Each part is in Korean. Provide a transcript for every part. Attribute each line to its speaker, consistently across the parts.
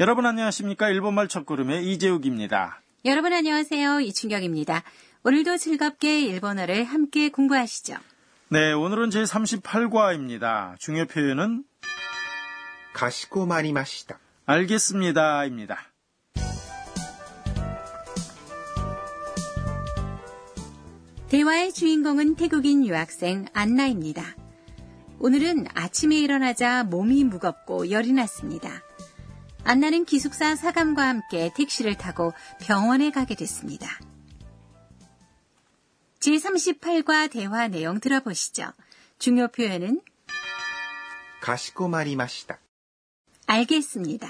Speaker 1: 여러분 안녕하십니까? 일본말 첫걸음의 이재욱입니다.
Speaker 2: 여러분 안녕하세요. 이춘경입니다. 오늘도 즐겁게 일본어를 함께 공부하시죠.
Speaker 1: 네, 오늘은 제 38과입니다. 중요 표현은
Speaker 3: かしこまりました。
Speaker 1: 알겠습니다입니다.
Speaker 2: 대화의 주인공은 태국인 유학생 안나입니다. 오늘은 아침에 일어나자 몸이 무겁고 열이 났습니다. 안나는 기숙사 사감과 함께 택시를 타고 병원에 가게 됐습니다. 제38과 대화 내용 들어보시죠. 중요 표현은
Speaker 3: かしこまりました。
Speaker 2: 알겠습니다.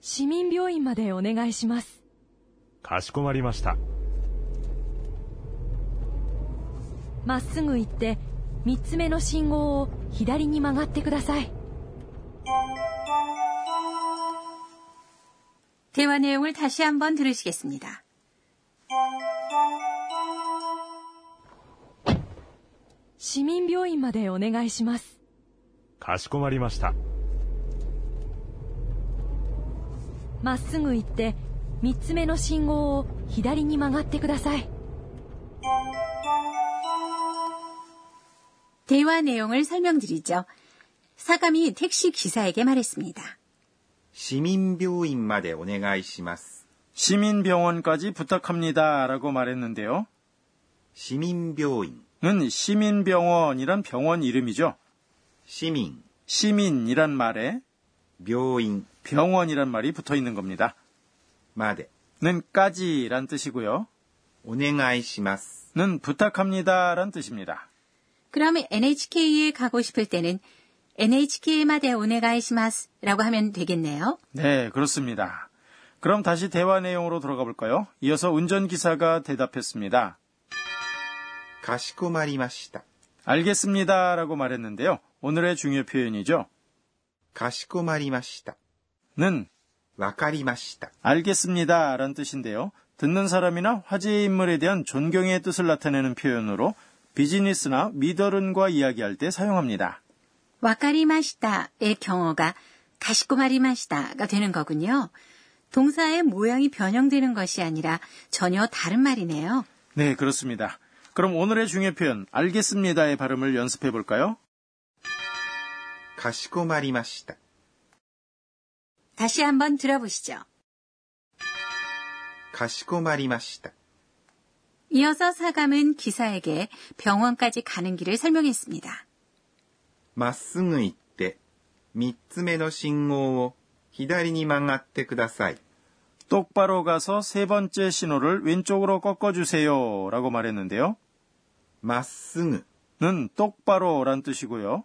Speaker 4: 시민병원までお願いします。
Speaker 5: かしこまりました。
Speaker 4: まっすぐ行って、三つ目の信号を左に曲がってください。
Speaker 2: 대화 내용을 다시 한번 들으시겠습니다.
Speaker 4: 市民病院までお願いします。
Speaker 5: かしこまりました。
Speaker 4: まっすぐ行って、三つ目の信号を左に曲がってください。
Speaker 2: 대화 내용을 설명드리죠. 사감이 택시 기사에게 말했습니다.
Speaker 3: 市民病院までお願いします。
Speaker 1: 시민병원까지 부탁합니다라고 말했는데요.
Speaker 3: 市民病院、
Speaker 1: 는 시민병원이란 병원 이름이죠.
Speaker 3: 市民、
Speaker 1: 시민이란 말에
Speaker 3: 病院
Speaker 1: 병원이란 말이 붙어 있는 겁니다.
Speaker 3: まで
Speaker 1: 는 까지란 뜻이고요.
Speaker 3: お願いします。
Speaker 1: 는 부탁합니다란 뜻입니다.
Speaker 2: 그럼 NHK에 가고 싶을 때는 NHK마대 오네가이시마스라고 하면 되겠네요.
Speaker 1: 네, 그렇습니다. 그럼 다시 대화 내용으로 들어가 볼까요? 이어서 운전기사가 대답했습니다.
Speaker 3: かしこまりました。
Speaker 1: 알겠습니다라고 말했는데요. 오늘의 중요 표현이죠.
Speaker 3: かしこまりました。
Speaker 1: 는
Speaker 3: わかりました。
Speaker 1: 알겠습니다라는 뜻인데요. 듣는 사람이나 화제의 인물에 대한 존경의 뜻을 나타내는 표현으로 비즈니스나 미더른과 이야기할 때 사용합니다.
Speaker 2: 와카리마시다의 경어가 가시꼬마리마시다가 되는 거군요. 동사의 모양이 변형되는 것이 아니라 전혀 다른 말이네요.
Speaker 1: 네, 그렇습니다. 그럼 오늘의 중요 표현 알겠습니다의 발음을 연습해 볼까요?
Speaker 3: かしこまりました。
Speaker 2: 다시 한번 들어보시죠.
Speaker 3: かしこまりました。
Speaker 2: 이어서 사감은 기사에게 병원까지 가는 길을 설명했습니다.
Speaker 3: まっすぐ行って、三つ目の信号を左に曲がってください。
Speaker 1: 똑바로 가서 세 번째 신호를 왼쪽으로 꺾어주세요 라고 말했는데요.
Speaker 3: まっすぐ
Speaker 1: 는 똑바로란 뜻이고요.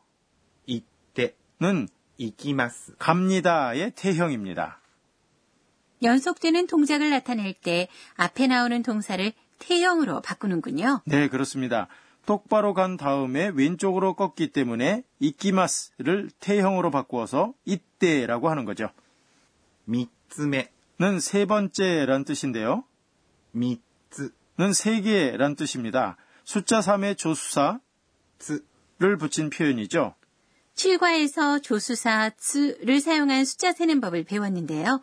Speaker 3: 行って
Speaker 1: 는
Speaker 3: 行きます。
Speaker 1: 갑니다의 태형입니다.
Speaker 2: 연속되는 동작을 나타낼 때 앞에 나오는 동사를 태형으로 바꾸는군요.
Speaker 1: 네, 그렇습니다. 똑바로 간 다음에 왼쪽으로 꺾기 때문에 이끼마스를 태형으로 바꾸어서 이때라고 하는 거죠.
Speaker 3: 三つ目、
Speaker 1: 는 세 번째란 뜻인데요.
Speaker 3: 三つ、
Speaker 1: 는 세 개란 뜻입니다. 숫자 3의 조수사를
Speaker 3: つ、
Speaker 1: 붙인 표현이죠.
Speaker 2: 7과에서 조수사 츠를 사용한 숫자 세는 법을 배웠는데요.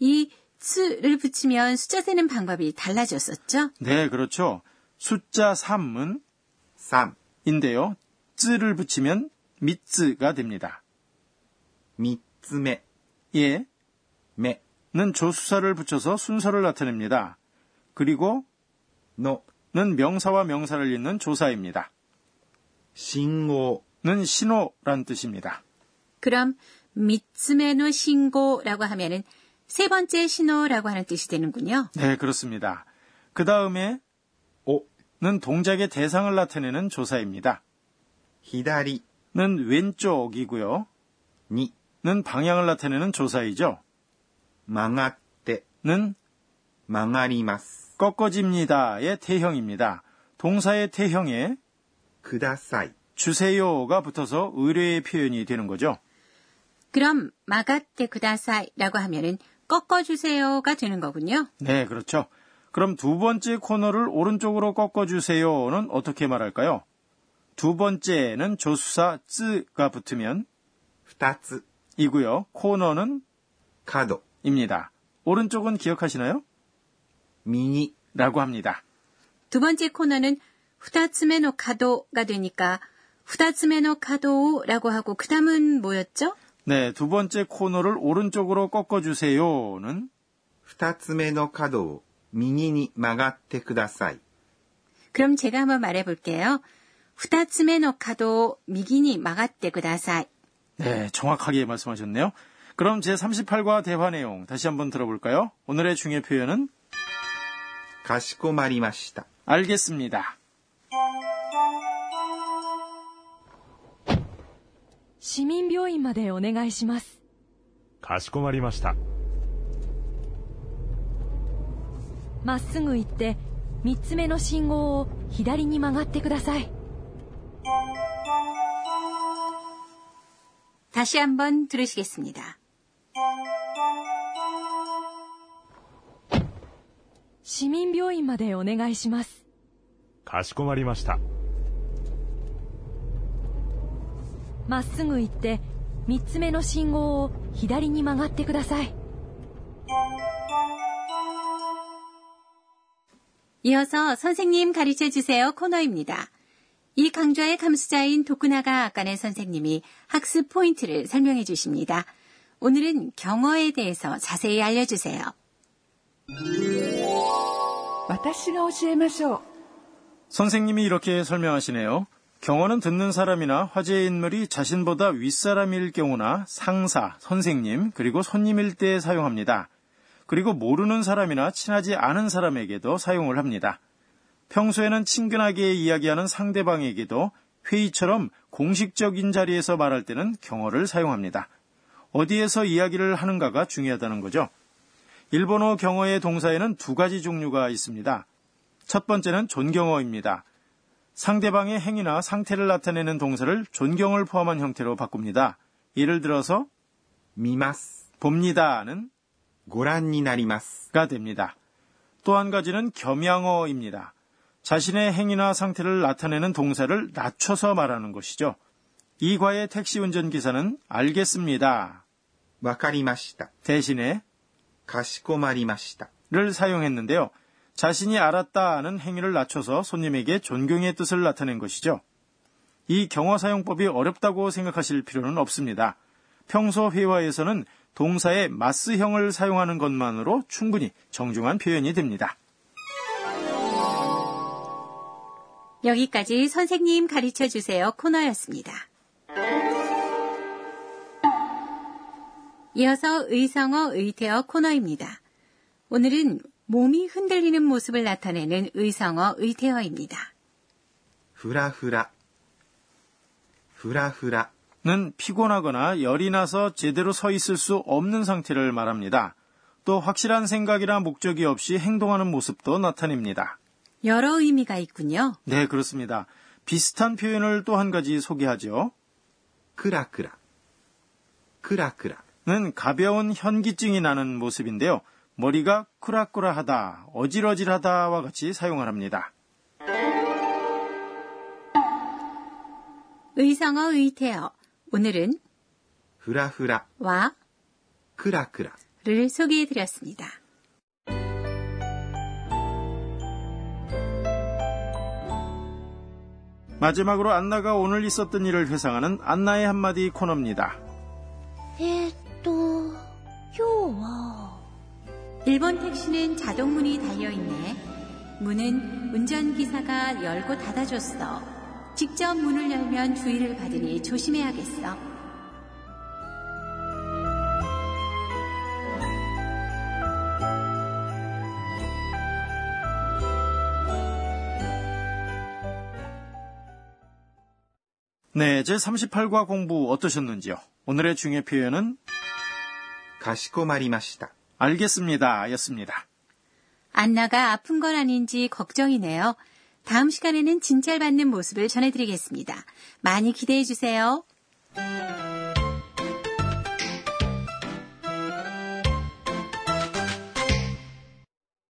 Speaker 2: 이 츠를 붙이면 숫자 세는 방법이 달라졌었죠.
Speaker 1: 네, 그렇죠. 숫자 3은
Speaker 3: 三、
Speaker 1: 인데요. 쯔를 붙이면 미쯔가 됩니다.
Speaker 3: 三つ目、
Speaker 1: 예,
Speaker 3: 目、
Speaker 1: 는 조수사를 붙여서 순서를 나타냅니다. 그리고
Speaker 3: の、
Speaker 1: 는 명사와 명사를 잇는 조사입니다.
Speaker 3: 信号、
Speaker 1: 는 신호란 뜻입니다.
Speaker 2: 그럼 미츠메노 신고라고 하면은 세 번째 신호라고 하는 뜻이 되는군요.
Speaker 1: 네, 그렇습니다. 그 다음에
Speaker 3: を、
Speaker 1: 는 동작의 대상을 나타내는 조사입니다.
Speaker 3: 左、
Speaker 1: 는 왼쪽이고요.
Speaker 3: に、
Speaker 1: 는 방향을 나타내는 조사이죠.
Speaker 3: 曲がって、
Speaker 1: 는
Speaker 3: 曲がります。
Speaker 1: 꺾어집니다의 태형입니다. 동사의 태형에
Speaker 3: ください。
Speaker 1: 주세요가 붙어서 의뢰의 표현이 되는 거죠.
Speaker 2: 그럼 마가테 구다사이라고 하면은 꺾어주세요가 되는 거군요.
Speaker 1: 네, 그렇죠. 그럼 두 번째 코너를 오른쪽으로 꺾어주세요는 어떻게 말할까요? 두 번째에는 조수사 쯔가 붙으면
Speaker 3: 二つ、
Speaker 1: 이고요. 코너는
Speaker 3: 角、
Speaker 1: 입니다. 오른쪽은 기억하시나요?
Speaker 3: 右、
Speaker 1: 라고 합니다.
Speaker 2: 두 번째 코너는 후다츠메노 카도가 되니까 후다츠메노 카도라고 하고 그 다음은 뭐였죠?
Speaker 1: 네, 두 번째 코너를 오른쪽으로 꺾어주세요는
Speaker 3: 二つ目の角を右に曲がってください。
Speaker 2: 그럼 제가 한번 말해볼게요. 후다츠메노 카도 미기니 마가떼 구다사이.
Speaker 1: 네, 정확하게 말씀하셨네요. 그럼 제38과 대화 내용 다시 한번 들어볼까요? 오늘의 중요 표현은
Speaker 3: かしこまりました。
Speaker 1: 알겠습니다.
Speaker 4: 市民病院までお願いします
Speaker 5: かしこまりました。
Speaker 4: まっすぐ行って3つ目の信号を左に曲がってください
Speaker 2: 다시 한번 들으시겠습니다.
Speaker 4: 市民病院までお願いします
Speaker 5: かしこまりました。
Speaker 4: まっすぐ行って3つ目の信号を左に曲がってください
Speaker 2: 이어서 선생님 가르쳐 주세요 코너입니다. 이 강좌의 감수자인 도쿠나가 아까네 선생님이 학습 포인트를 설명해 주십니다. 오늘은 경어에 대해서 자세히 알려주세요.
Speaker 6: 私が教えましょう
Speaker 1: 선생님이 이렇게 설명하시네요. 경어는 듣는 사람이나 화제의 인물이 자신보다 윗사람일 경우나 상사, 선생님, 그리고 손님일 때 사용합니다. 그리고 모르는 사람이나 친하지 않은 사람에게도 사용을 합니다. 평소에는 친근하게 이야기하는 상대방에게도 회의처럼 공식적인 자리에서 말할 때는 경어를 사용합니다. 어디에서 이야기를 하는가가 중요하다는 거죠. 일본어 경어의 동사에는 두 가지 종류가 있습니다. 첫 번째는 존경어입니다. 상대방의 행위나 상태를 나타내는 동사를 존경을 포함한 형태로 바꿉니다. 예를 들어서
Speaker 3: 見ます。
Speaker 1: 봅니다는
Speaker 3: ご覧になります。
Speaker 1: 가 됩니다. 또 한 가지는 겸양어입니다. 자신의 행위나 상태를 나타내는 동사를 낮춰서 말하는 것이죠. 이과의 택시 운전기사는 알겠습니다.
Speaker 3: わかりました。
Speaker 1: 대신에
Speaker 3: かしこまりました。
Speaker 1: 를 사용했는데요. 자신이 알았다 하는 행위를 낮춰서 손님에게 존경의 뜻을 나타낸 것이죠. 이 경어 사용법이 어렵다고 생각하실 필요는 없습니다. 평소 회화에서는 동사의 마스형을 사용하는 것만으로 충분히 정중한 표현이 됩니다.
Speaker 2: 여기까지 선생님 가르쳐 주세요 코너였습니다. 이어서 의성어 의태어 코너입니다. 오늘은 몸이 흔들리는 모습을 나타내는 의성어 의태어입니다.
Speaker 3: ふらふら。ふらふら。
Speaker 1: 는 피곤하거나 열이 나서 제대로 서 있을 수 없는 상태를 말합니다. 또 확실한 생각이나 목적이 없이 행동하는 모습도 나타냅니다.
Speaker 2: 여러 의미가 있군요.
Speaker 1: 네, 그렇습니다. 비슷한 표현을 또 한 가지 소개하죠.
Speaker 3: くらくら。くらくら。
Speaker 1: 는 가벼운 현기증이 나는 모습인데요. 머리가 쿠라쿠라하다, 어질어질하다와 같이 사용을 합니다.
Speaker 2: 의성어 의태어 오늘은
Speaker 3: ふらふら。くらくら。
Speaker 2: 와를 소개해 드렸습니다.
Speaker 1: 마지막으로 안나가 오늘 있었던 일을 회상하는 안나의 한마디 코너입니다.
Speaker 7: えーっと、今日は、
Speaker 2: 일본 택시는 자동 문이 달려 있네. 문은 운전기사가 열고 닫아줬어. 직접 문을 열면 주의를 받으니 조심해야겠어.
Speaker 1: 네, 제38과 공부 어떠셨는지요? 오늘의 중요 표현은
Speaker 3: かしこまりました。
Speaker 1: 알겠습니다 였습니다.
Speaker 2: 안나가 아픈 건 아닌지 걱정이네요. 다음 시간에는 진찰 받는 모습을 전해드리겠습니다. 많이 기대해 주세요.